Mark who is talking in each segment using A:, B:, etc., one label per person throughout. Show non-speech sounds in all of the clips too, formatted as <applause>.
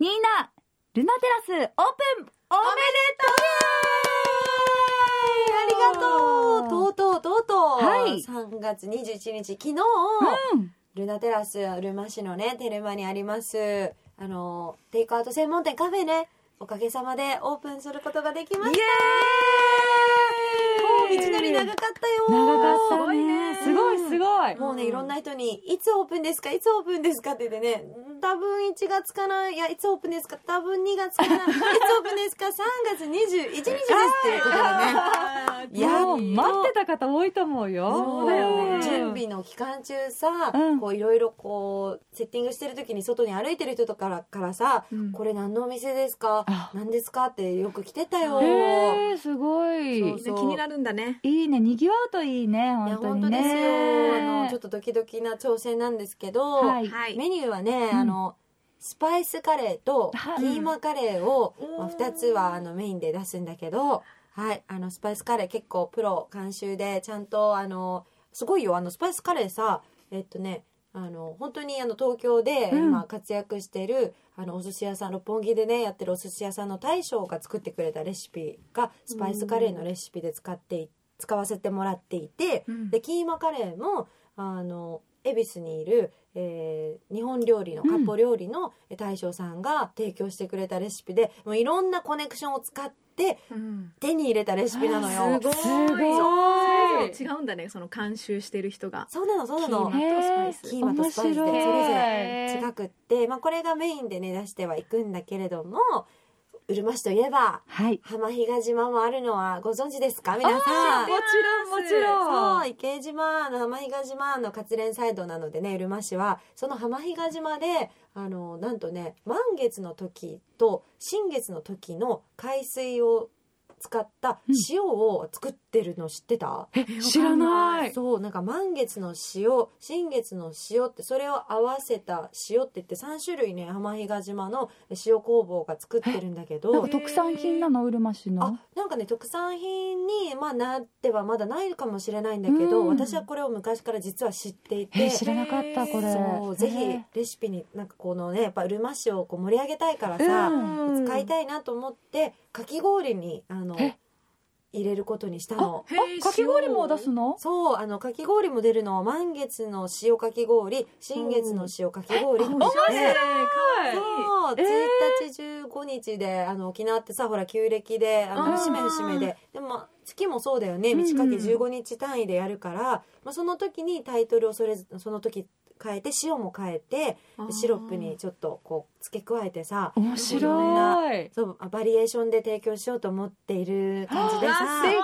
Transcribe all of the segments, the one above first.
A: ニーナ、ルナテラス、オープンおめ
B: ありがとうとうとうとうとう、
A: はい
B: 3月21日昨日、
A: とううん
B: ルナテラスうるま市のねテルマにありますあのテイクアウト専門店カフェねおかげさまでオープンすることができましたもう道のり長かったよ
A: 長かったね。すごいすごい。
B: もうね、いろんな人に、いつオープンですかいつオープンですかって言ってね、ん多分1月かな、いや、いつオープンですか多分2月かな、いつオープンですか ?3 月21日ですっていうことでね。
A: いや、もう待ってた方多いと思うよ。
B: そうだよね準備の期間中さ、
A: うん
B: こういろいろこうセッティングしてる時に外に歩いてる人とかからからさ、
A: うん
B: これ何のお店ですか
A: あ
B: 何ですかってよく来てたよ、
A: へえ、すごい。
B: そう
C: 気になるんだね。
A: いいね、賑わうといいね、
B: いや
A: 本当
B: 本
A: に
B: 当で
A: ね。
B: すよ、あのちょっとドキドキな挑戦なんですけど、
A: はい。
C: はい。
B: メニューはね、
A: うん
B: あのスパイスカレーと
A: はい
B: キーマカレーを、
C: うん
B: まあ、2つはあのメインで出すんだけど、はい、あのスパイスカレー結構プロ監修でちゃんとあのすごいよあのスパイスカレーさえっとねあの本当にあの東京で
A: うん
B: 今活躍してる、あのお寿司屋さん六本木でねやってるお寿司屋さんの大将が作ってくれたレシピがスパイスカレーのレシピで使ってい使わせてもらっていて、
A: うん
B: でキーマカレーもあの恵比寿にいる、えー日本料理のカッポ料理のえー大将さんが提供してくれたレシピで、もういろんなコネクションを使って
C: うん
B: 手に入れたレシピなのよ。
C: すごい。
A: すごい
C: そう違うんだね。その監修してる人が。
B: そうなのそうなの
C: キーマ
A: へえ
B: キーマとスパイスで
A: 面白い
B: それぞ
C: へ
B: 違くって、まあ、これがメインでね出してはいくんだけれどもうるま市といえば
A: はい。
B: 浜比嘉島もあるのはご存知ですか皆さん。
C: ろんもちろ
B: そう、池江島の浜比嘉島の活連サイドなのでね、うるま市は、その浜比嘉島で、あの、なんとね、満月の時と新月の時の海水を使った塩を作ってるの知ってた、
C: え
A: 知らない。
B: そう、なんか満月の塩、新月の塩って、それを合わせた塩って言って3種類ね、浜比嘉島の塩工房が作ってるんだけ
A: なん
B: ど
A: か、特産品なの、うるま市の
B: あ。なんかね特産品に、まあ、なってはまだないかもしれないんだけど、
A: うん
B: 私はこれを昔から実は知ってい
A: え
B: て
A: ー、知らなかった、これ。
B: そうぜひ
A: ね
B: レシピになんかこのねやっぱうるま市をこう盛り上げたいから
A: う
B: さ、
C: ん
B: 使いたいなと思ってかき氷にあの
A: え
B: 入れることにしたの。
C: へー
A: あ、かき氷も出すの
B: そうあのかき氷も出るのは満月の塩かき氷新月の塩かき氷って
C: 面白い。
B: そう、
A: え
B: 1日15日であの沖縄ってさほら旧暦であ
C: うん
B: の節目節目ででも月もそうだよね
A: うんうん
B: 満ち欠け15日単位でやるから、まあ、その時にタイトルをそれぞその時変えて塩も変えてシロップにちょっとこう付け加えてさ
A: 面白い。
B: そうあバリエーションで提供しようと思っている感じでさ
C: あ
B: そう
A: 素
C: ー
A: 敵。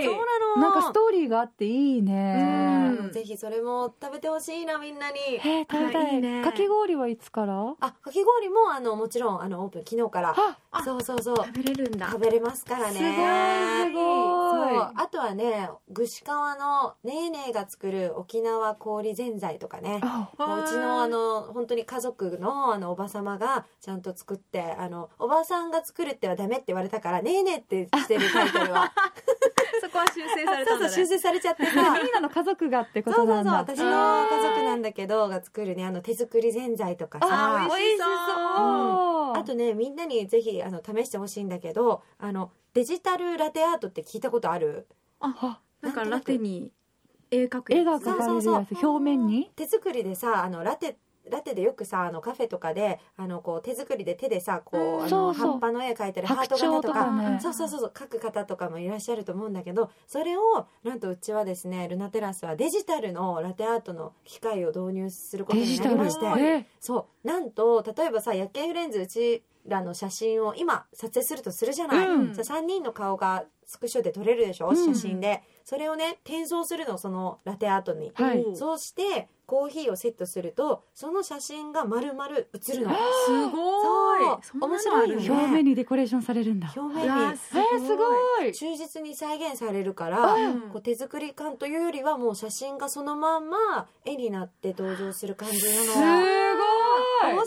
B: なの
A: なんかストーリーがあっていいね。
C: うん
B: ぜひそれも食べてほしいなみんなに。
A: へえ、食べた
C: あいい
A: い。
C: ね
A: かき氷はいつから
B: あかき氷もあのもちろんあのオープン昨日から
A: あ、
C: あ
B: そうそうそう
C: 食べれるんだ
B: 食。べれますからね
A: すごいすごい
B: そうあとはね串川のねーねーが作る沖縄氷ぜんざいとかね
A: あ
B: もううちのあの本当に家族のあのおば様がちゃんと作ってあのおばさんが作るってはダメって言われたからねーねーってしてるタイトルは
C: そこは修正さ
B: そ
C: れたん
B: うそう
C: だ
B: 修
C: ね。
B: 正されちゃって
A: <laughs>
B: さ
A: みんなの家族がってこ
B: そ
A: と
B: うそ
A: な
B: うんそ
A: だ。
B: う私の家族なんだけどが作るねあの手作りぜんざいとかさ
C: あ美味しそう
A: あ
B: あとねみんなにぜひあの試してほしいんだけどあのデジタルラテアートって聞いたことある
C: あ、なんかラテに絵描くやつ。
A: 絵が描かれるやつ、表面に。
B: 手作りでさあのラテラテでよくさあのカフェとかであのこう手作りで手でさこうあ
A: そ
B: の
A: うそう
B: 葉っぱの絵描いてるハー
A: 白
B: ト
A: 鳥
B: 型
A: と
B: と
A: か
B: か。
A: ね。
B: そうそうそうそう書く方とかもいらっしゃると思うんだけどそれをなんとうちはですねルナテラスはデジタルのラテアートの機械を導入すること
A: デ
B: に
A: ジ
B: な
A: タ
B: り
A: ル
B: まして。
A: え
B: そうなんと例えばさ夜景フレンズうちらの写真を今撮影するとするじゃない、
A: うん
B: さ3人の顔がスクショで撮れるでしょ
A: うん
B: 写真で、それをね転送するのそのラテアートに、
A: はい
C: おう
B: そうしてコーヒーをセットするとその写真が丸々写るの
C: すごい。
B: そう
C: そんなの
B: 面白
C: ある
B: い
A: 表
B: よね
A: 面にデコレーションされるんだ。
B: 表
C: い
B: 面
A: え
B: に
C: や
A: ー、すごい。
B: 忠実に再現されるから
C: うん
B: こう手作り感というよりはもう写真がそのまんま絵になって登場する感じな
A: す
B: の
A: ご
B: 面
A: い。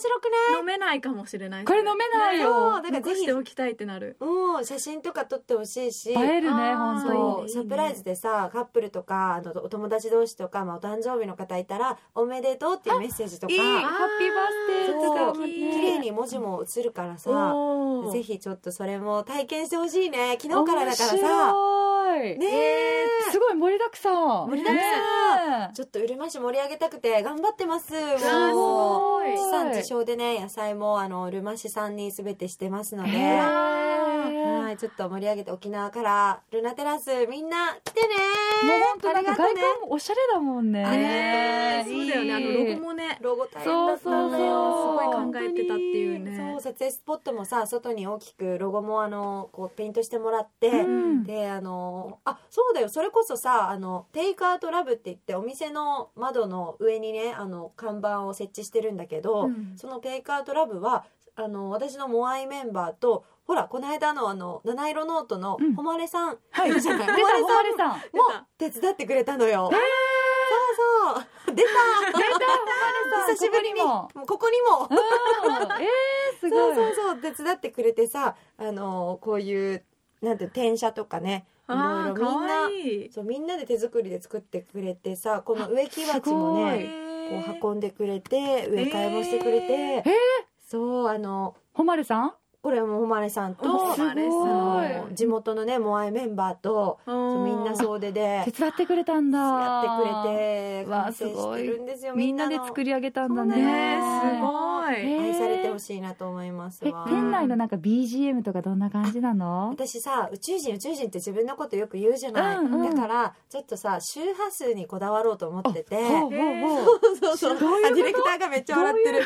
B: 白く
C: 飲めないかもしれない。
A: これ飲めないよ。
B: ね
C: だから
B: 残
C: ぜ
B: し
C: ひ
B: て
C: て
B: お
C: おきたいってなる。
B: ないうん写真とか撮ってほしいし
A: 映えるね、
C: あー
A: 本当。
B: そ
C: いういね
B: サプライズでさカップルとかあのお友達同士とか、まあ、お誕生日の方いたら「おめでとう」っていうメッセージとか
A: いい
C: あ
A: ハッピーバースデーとかも
B: そう
A: ね
B: 綺麗に文文字も映るからさ、
C: お
B: ぜ
C: ひ
B: ひちょっとそれも体験してほしいね昨
A: 面
B: 日からだからさ
A: 白い
B: ねえ
A: すごい盛りだくさん
C: 盛りだく
B: さ
A: ね
B: ちょっとうるま市盛り上げたくて頑張ってます
C: わあす
B: もう
C: ごい
B: 地産地消でね野菜もあのうるま市産に全てしてますので、
A: えー
B: はい、ちょっと盛り上げて沖縄からルナテラスみんな来てね
A: もう本当なんか
B: あ
A: 外
B: りがとうね
A: 観もおしゃれだもんね。
B: ありがと
C: そうだよねあのロゴもね
B: ロゴ大変だったんだ
A: そうそうそう
B: よすごい
C: 考えてたっていうね
B: そう撮影スポットもさ外に大きくロゴもあのこうペイントしてもらって、
A: うん
B: であのあそうだよそれこそさあのテイクアウトラブって言ってお店の窓の上にねあの看板を設置してるんだけど、
C: うん
B: そのテイクアウトラブはあの私のモアイメンバーとほらこの間のあの七色ノートの
A: うん
B: 誉さん
A: はい。 <laughs> 出た、
B: ない
A: ほまれさん。出
B: も手伝ってくれたのよ。そうそう出た
A: た、ほまれさん。
B: 久しぶりに
A: こ
B: も
A: こ
B: うここにも
A: にも。うんえー、す
B: そ
A: ご
B: う
A: い。
B: そうそう手伝ってくれてさあのこういうなんて転写とかねいろ
C: あ
B: い
C: ーか
B: ろみんな
C: わいい
B: そうみんなで手作りで作ってくれてさこの植木鉢も
A: すご
B: ね
A: い
B: こ
C: こ
B: う運んでくれて植え替えもしてくれて、
C: え
A: ーえ
B: そうあの
A: ほまれさん。
B: これはもう誉さんと
A: お
B: あ
A: すごい
B: の地元のねモアイメンバーとそうみんな
C: う
B: 総出で
A: 手伝ってくれたんだ。
B: やってくれて
A: わあ
B: 完成してるんですよ
A: みんなで
B: の
A: 作り上げたんだ
B: そう
A: ね。
C: ね
B: ね
C: すごい
A: え
B: 愛されてほ
A: い。
B: しいなと思います
A: え、
B: わ。
A: 店内のなんか BGM とかどんな感じなの？
B: 私さ宇宙人宇宙人って自分のことよく言うじゃない、
A: うんうん
B: だからちょっとさ周波数にこだわろうと思ってて
A: ほうほうほう。
B: そうそう
A: どういうこと
B: あディレクターがめっちゃ笑ってる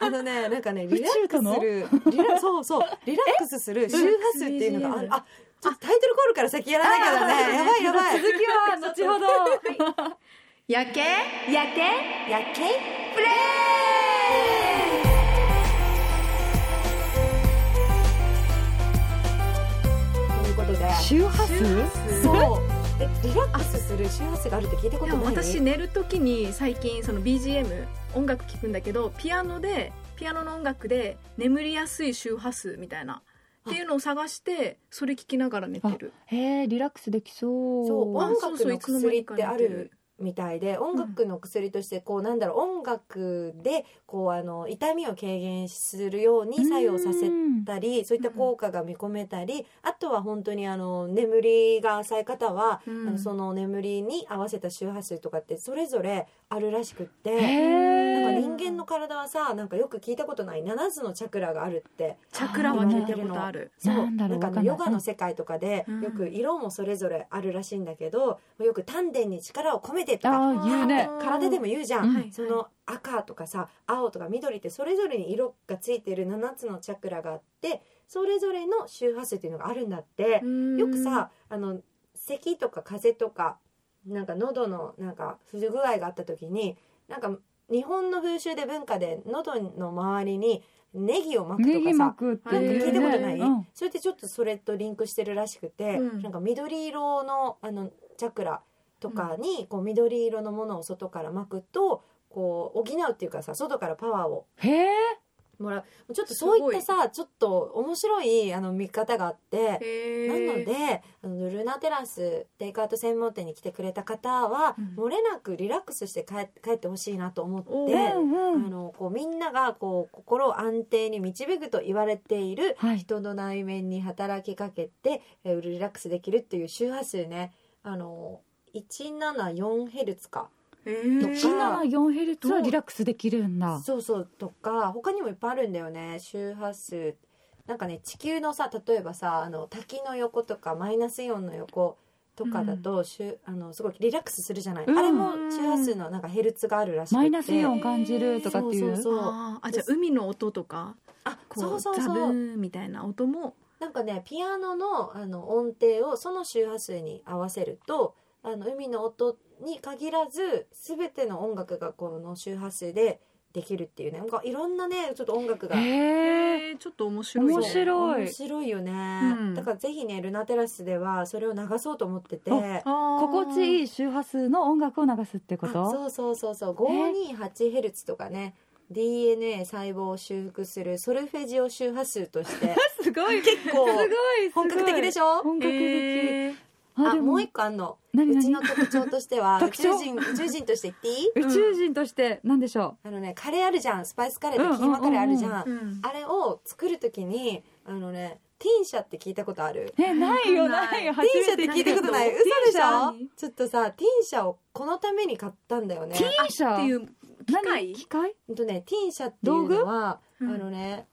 B: あのねなんかねリラックスす <laughs> るリラそうそうリラックスする周波数っていうのがあるあちょっとタイトルコールから先やらなきゃだねやばいやばい
A: 続きは後ほど。
C: <laughs> やけ
A: やけ。
B: やっけい
C: プレ
B: ということで
A: 周波数？
B: そうえリラックスする周波数があるって聞いたこ
C: で
B: と
C: も
B: ない
C: 私寝る時に最近その BGM 音楽聴くんだけどピアノでピアノの音楽で眠りやすい周波数みたいなっていうのを探してそれ聴きながら寝てる
A: へえ、リラックスできそう。
B: そう音
C: そう
B: 楽
C: そう
B: の
C: いつの間
B: 薬っ
C: にか
B: てあるみたいで音楽の薬としてこうなんだろう音楽でこうあの痛みを軽減するように作用させ
A: うん
B: たりそういった効果が見込めたりあとは本当にあの眠りが浅い方は、
C: うん
B: あのその眠りに合わせた周波数とかってそれぞれあるらしくって。
A: へ
B: なんか
A: え。
B: 人間の体はさなんかよく聞いたことない7つのチャクラがあるって
C: チャクラは聞いたことある
B: そう
A: なんだろう
B: かあ
A: わ
B: の
A: かんない
B: ヨガの世界とかで
C: うん
B: よく色もそれぞれあるらしいんだけど、よく丹田に力を込めてとか
A: ああ、言うね。
B: 体でも言うじゃん、
A: うん
C: はい
B: その赤とかさ青とか緑ってそれぞれに色がついてる7つのチャクラがあってそれぞれの周波数っていうのがあるんだって、よくさあの咳とか風邪とかなんか喉のなんか不具合があった時になんか日本の風習で文化で喉の周りにネギを巻く
A: ネ
B: と
A: ギ
B: かさ
A: 巻くって
C: なん
A: いうね。
C: か聞いたこと
B: ない
A: うん
B: それってちょっとそれとリンクしてるらしくて、
C: うん
B: なんか緑色のあのチャクラとかにこう緑色のものを外から巻くとこう補うっていうかさ外からパワーを
A: へえ。
B: もらうちょっとそういったさちょっと面白いあの見方があって。なの
C: の
B: であのルナテラステイクアウト専門店に来てくれた方は、
C: うん
B: 漏れなくリラックスして帰帰ってほしいなと思って、
C: お
A: う
C: ー
A: んう
B: あ
A: ん。
B: のこうみんながこう心を安定に導くと言われている
A: はい。
B: 人の内面に働きかけて、えーリラックスできるっていう周波数ねあの174ヘルツか
A: 一七四ヘルツはリラックスできるんだ。
B: そうそうとか他にもいっぱいあるんだよね周波数なんかね地球のさ例えばさあの滝の横とかマイナスイオンの横とかだと、しゅあのすごいリラックスするじゃない、
A: うん
B: あれも周波数のなんかヘルツがあるらしくて
A: マイナスイオン感じるとかっていう。
B: そうそうそう
C: あーあじゃあ海の音とか
B: あ
C: こ
B: そううそう
C: ザブ
B: そう
C: ーンみたいな音も
B: なんかねピアノのあの音程をその周波数に合わせるとあの海の音に限らず全ての音楽がこの周波数でできるっていうねなんかいろんなねちょっと音楽が
A: へえ。
C: えーちょっと面白いね
A: 面白い
B: 面白いよね、
C: ん
B: だからぜひねルナテラスではそれを流そうと思ってて
A: あ
C: 心
A: 心地いい周波数の音楽を流すってこ
B: あ
A: と。
B: そうそうそうそう528ヘルツとかね DNA 細胞を修復するソルフェジオ周波数として
A: すごい。
B: 結構
A: すごい。
B: 本格的で
A: ょ。
B: しょ
A: 本格的。
C: えー
B: あ
A: で
B: もう一個あんの
A: 何
B: うち
A: 何
B: の特徴としては宇
A: 特徴
B: 宙人宇宙人として言っていい
A: 宇宙人として何でしょ
B: あのねカレーあるじゃんスパイスカレーとキーマカレーあるじゃん,、
C: うん
B: あれを作るときにあのねティンシャって聞いたことある
A: うえないよ
C: ない
A: ないよ
B: テ
A: 初
B: ィンシャ
A: め
B: ってて
A: 聞
B: 聞い
A: いた
B: たことない
C: テ
B: 嘘
C: ィン
B: で
C: シ
B: し
C: ャ
B: ょちょっとさティンシャをこのために買ったんだよね
A: ティンシャ
C: っていう機
A: 何
C: 械
A: 機械
B: ほんとねティンシャっていうのは、
C: 道具
B: あのね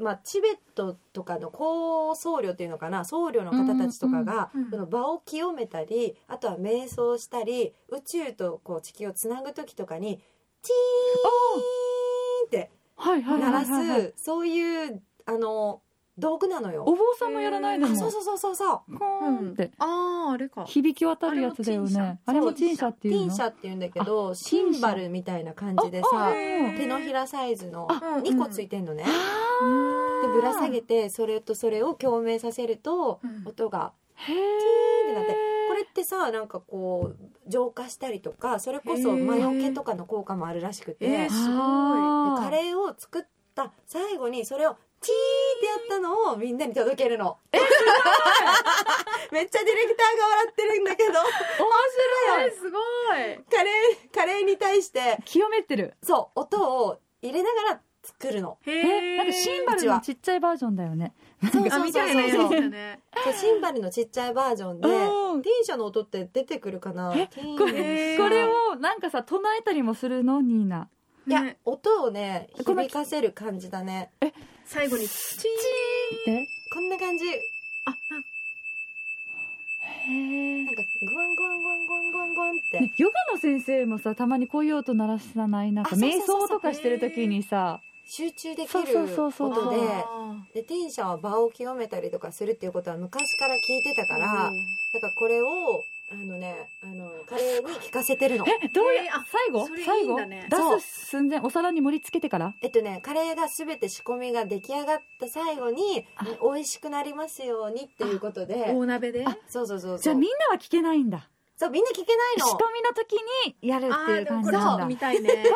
B: まあ、チベットとかの高僧侶っていうのかな僧侶の方たちとかが、
C: うんうんうん
B: その場を清めたりあとは瞑想したり宇宙とこう地球をつなぐ時とかにチーンって
A: はいはい
B: 鳴
A: は
B: ら
A: いはいはい
B: すそういうあの道具なの
A: お
B: よ。
A: 坊さんもやらないで
B: あ
A: も
B: そうそうそうそうそう
A: コーンって
C: あああれか
A: 響き渡るやつだよねあ
C: あ
A: れ
C: れ
A: も
C: も
A: チ
C: チ
A: ン
C: ン
A: シ
C: シ
A: ャ
C: ャ
A: って
B: テ
A: いう
B: ィ
A: の
B: ンシャっていうんだけどシンバルみたいな感じで
A: あ
B: さ
A: うん
B: 手のひらサイズの2個ついてんのね。
A: あ
C: うん
B: でぶら下げてそれとそれを共鳴させると
C: うん
B: 音が
A: ーへ
B: ーってなってこれってさなんかこう浄化したりとかそれこそ魔除けとかの効果もあるらしくて、
C: へーえ
B: で
C: ーすごい
B: カレーを作った最後にそれをチーってやったのをみんなに届けるの。 <laughs> めっちゃディレクターが笑ってるんだけど
C: 面白いすごい
B: カレーカレーに対して
A: 清めってる
B: そう音を入れながら作るの。
A: えなんかシンバルのちっちゃいバージョンだよね
B: そう
C: あみたいなやつ
B: そう
C: だね
B: そうシンバルのちっちゃいバージョンで。
A: うん
B: ティンシャの音って出てくるかな
A: え
B: ティン
A: こ
C: へ
A: れ
C: ー
A: これをなんかさ唱えたりもするのニーナ
B: いや
C: ね、
B: 音をね、
A: この
B: 響かせる感じだね。
C: 最後にチーン
A: え
B: こんな感じ。
C: あなんか
A: へえ
B: なんか、ゴワンゴワンゴワンゴワンゴワンゴワンって。
A: ねヨガの先生もさたまにこういう音鳴らさないなんか
B: あそう
A: 瞑
B: そうそ
A: 想
B: うそう
A: とかしてる時にさ
B: 集中でき
A: そう
B: る
A: そうそうそう
B: 音で。
C: あ
B: で、ティンシャは場を清めたりとかするっていうことは昔から聞いてた
C: ー
B: から、だか
C: うん
B: らこれを、あのね、あの、カレーに聞かせてるの。
A: えどういう
C: えーあ
A: 最後
C: それい
A: 最
C: いん
A: 後
C: だね
A: 出す寸前お皿に盛り付けてから
B: えっとね、カレーが全て仕込みが出来上がった最後に
A: あ、
B: 美味しくなりますようにっていうことで、
C: 大鍋で
A: あ
B: そうそうそうそう。
A: じゃあみんなは聞けないんだ
B: そう、みんな聞けない
A: 仕込
B: の。
A: みの時にやるっていう感じ
C: あーでもこれちょっ
A: な
C: と
A: んだ
C: 見たいね
A: これちょっ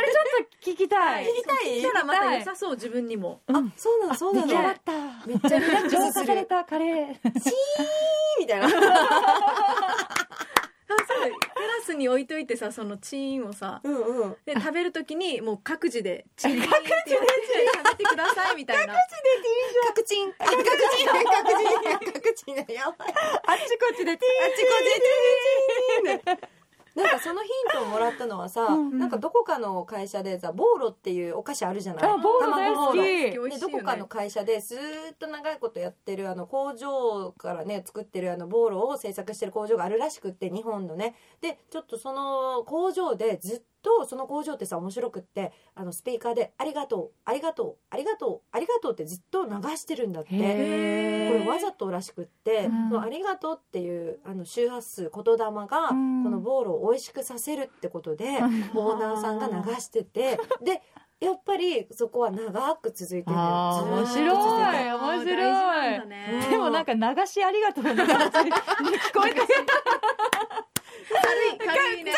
A: と聞きたい
C: 聞き
B: い
C: したらまた良さそう自分にも
A: うん
B: あ、そうなの、そうな
A: 出来上が
B: の
A: っ。た
B: めっちゃリラック
A: 浄
B: ス
A: 化
B: す
A: <laughs> され
B: る。
A: たカレー
B: みたいな。
C: あそうテラスに置いといてさそのチーンをさ
B: うんうん。
C: で食べるときにもう各自でチーンってやって食べてくださいみたいな
B: 各チン。あ、各チン。各チン。各チンだ。やばい。あっ
A: あっちこっちで
B: ちこっちチン。なんかそのヒントをもらったのはさ、
A: うんうん
B: なんかどこかの会社でさ、ボーロっていうお菓子あるじゃない。
A: あボーロ大好
B: 卵ボー
A: き
B: ロ
C: 美味
B: で
C: しいよ
B: ど
C: ね
B: こかの会社でずーっと長いことやってるあの工場からね作ってるあのボーロを製作してる工場があるらしくって日本のねでちょっとその工場でずっとその工場ってさ面白くってあのスピーカーで「ありがとうありがとうありがとうありがとう」ってずっと流してるんだってこ
A: へ
B: れ
A: ー
B: わざとらしくって
A: うん
B: 「そのありがとう」っていうあの周波数言霊がこ
A: うん
B: のボーロを美味しくさせるってことでオーナーさんが流しててでやっぱりそこは長く続いてる
A: あー面白い
C: あー
A: 面白い
C: 大事なんだね
A: でもなんか流しありがとうの形に聞こえて
C: 軽い軽いね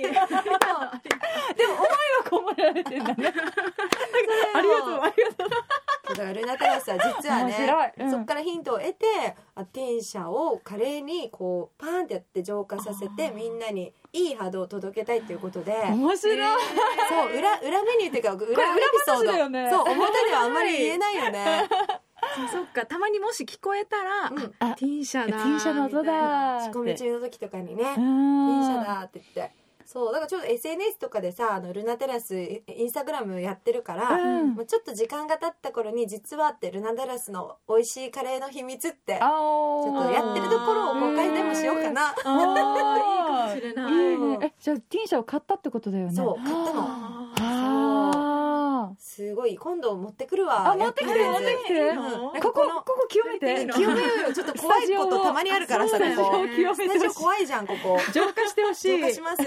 C: 軽い
A: でも思いはこもられてんだね <laughs> ありがとうありがとう
B: だからルナテラスは実は
A: 面白い
B: ね、
A: うん
B: そこからヒントを得てあテンシャをカレーにこうパーンってやって浄化させてみんなにいい波動を届けたいっていうことで。
A: 面白い
B: そう裏裏メニューっていうか裏エピソ
A: 話だよ
B: ード、
A: ね
B: そう表ではあんまり言えないよね、
C: そっかたまにもし聞こえたら
B: うん、仕
C: あティンシャだ
A: T 社の音
C: みたいな
A: だ
B: 込み中の時とかにね、テ
A: ン
B: ンシャだって言ってそうだからちょっと SNS とかでさあのルナテラスインスタグラムやってるから、
A: うん
B: もうちょっと時間が経った頃に実はってルナテラスの美味しいカレーの秘密ってちょっとやってるところを公開でもしようかな
A: あー
C: いいかもしれない
A: いいねえじゃあ T 社を買ったってことだよね
B: そう買ったの
C: あー
A: あ
B: すごい今度持ってくる
A: ー
B: わ
A: あ持ってきて持ってき
C: い
A: て
C: いの
A: ここここ清め
C: いい
A: て
C: の
B: 清めようよちょっと怖いことたまにあるからさ
A: ス
B: こ
A: タジオ
B: こ
A: を清
B: ス
A: め
B: タ
A: て
B: ジオ
A: ほしい
B: 怖いじゃんここ
A: 浄化してほしい
B: 浄化
A: <laughs>
B: します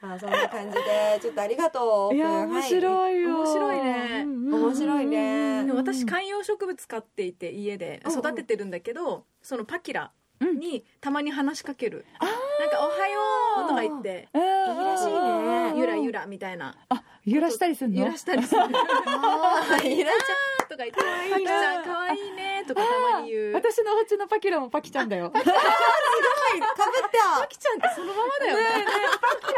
B: さあそんな感じでちょっとありがとう
A: いや
B: は
A: ー面白いよ
C: 面白いね
A: うんうんうん
B: 面白いね
C: でも私
A: うん
C: 観葉植物飼っていて家で
B: うんうん
C: 育ててるんだけど、そのパキラにたまに話しかける、なんか「おはよう」とか言って
A: うんうんうん
B: いいらしいねうん
C: ゆらゆらみたいな
A: あ、揺らしたりするの
C: 揺らしたり <laughs> する「
B: ああ、いらっし
C: とか言って「パキちゃんかわいいね」とかたまに言う
A: <laughs> 私のお家のパキラもパキちゃんだ
B: <laughs>
A: よ。パキ
B: ゃい。かぶ
C: パキちゃんってそのままだよね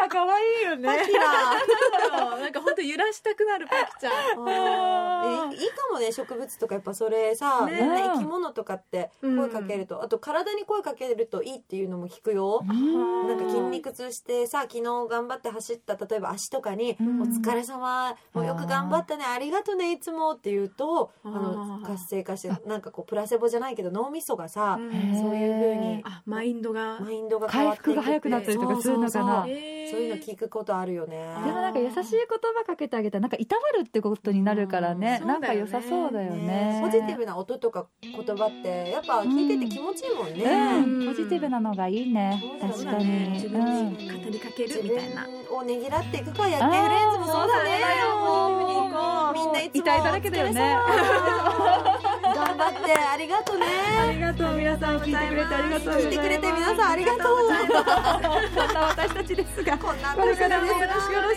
A: ラ可愛いよ
B: った。パ
A: ね。
B: キラ。
C: なんか本当揺らしたくなるパキちゃん
B: あーえいいかもね植物とかやっぱそれさ、
C: ね
B: みんな生き物とかって声かけると、あと体に声かけるといいっていうのも聞くよ、
A: うん
B: なんか筋肉痛してさ昨日頑張って走った例えば足とかに「
A: うん
B: お疲れ様もうよく頑張ったねありがとねいつも」って言うとあの
C: あー
B: 活性化してなんかこうプラセボじゃないけど脳みそがさ、
A: ん
B: そういう風に
C: あマインドが
B: マインドが変
A: 回
B: わっ
A: 復
B: ていくって
A: が早くなったりとかするのか
B: そうそう
A: な
B: そう。
C: えー
B: そういうの聞くことあるよね。
A: でもなんか優しい言葉かけてあげたらなんかいたわるってことになるからね、
C: うん
A: なんか良さそうだよね
B: ねポジティブな音とか言葉ってやっぱ聞いてて気持ちいいもんね、
A: うん、
C: うん
A: ポジティブなのがいいね
B: そう
A: 確
B: だ
A: か
B: ね
A: に、
C: 自
A: う
C: 分
A: ん、
C: に語りかけ
B: 自
C: るみたいな。
B: 分をねぎらっていくかやってフレンズもそ
A: そ
B: うだね
A: うだね
B: みんないつも
A: 痛いだらけだよね
B: お疲れ様頑張ってありがとね
A: ありがとう皆さん聞いてくれてありがとうございま
B: 聞い
A: す
B: てくれて皆さんありがとう
A: そんな私たちですが
B: こんな
A: これからもよ
B: よ
A: ろしくお願い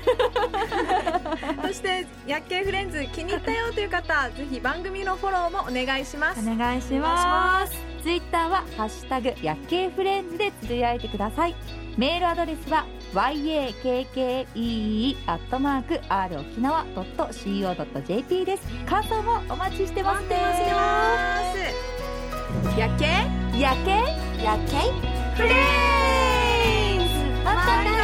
A: します
C: そして、薬系フレンズ気に入ったよという方、ぜひ番組のフォローもお願いします。
A: お願いしますツイッターは「ハッシュタグ夜景フレンズ」でつぶやいてくださいメールアドレスは yakkee.rokinawa.co.jp です感想もお待ちしてます
C: 待ってます。薬系
A: 夜景
B: やけやけフレンズ
A: またね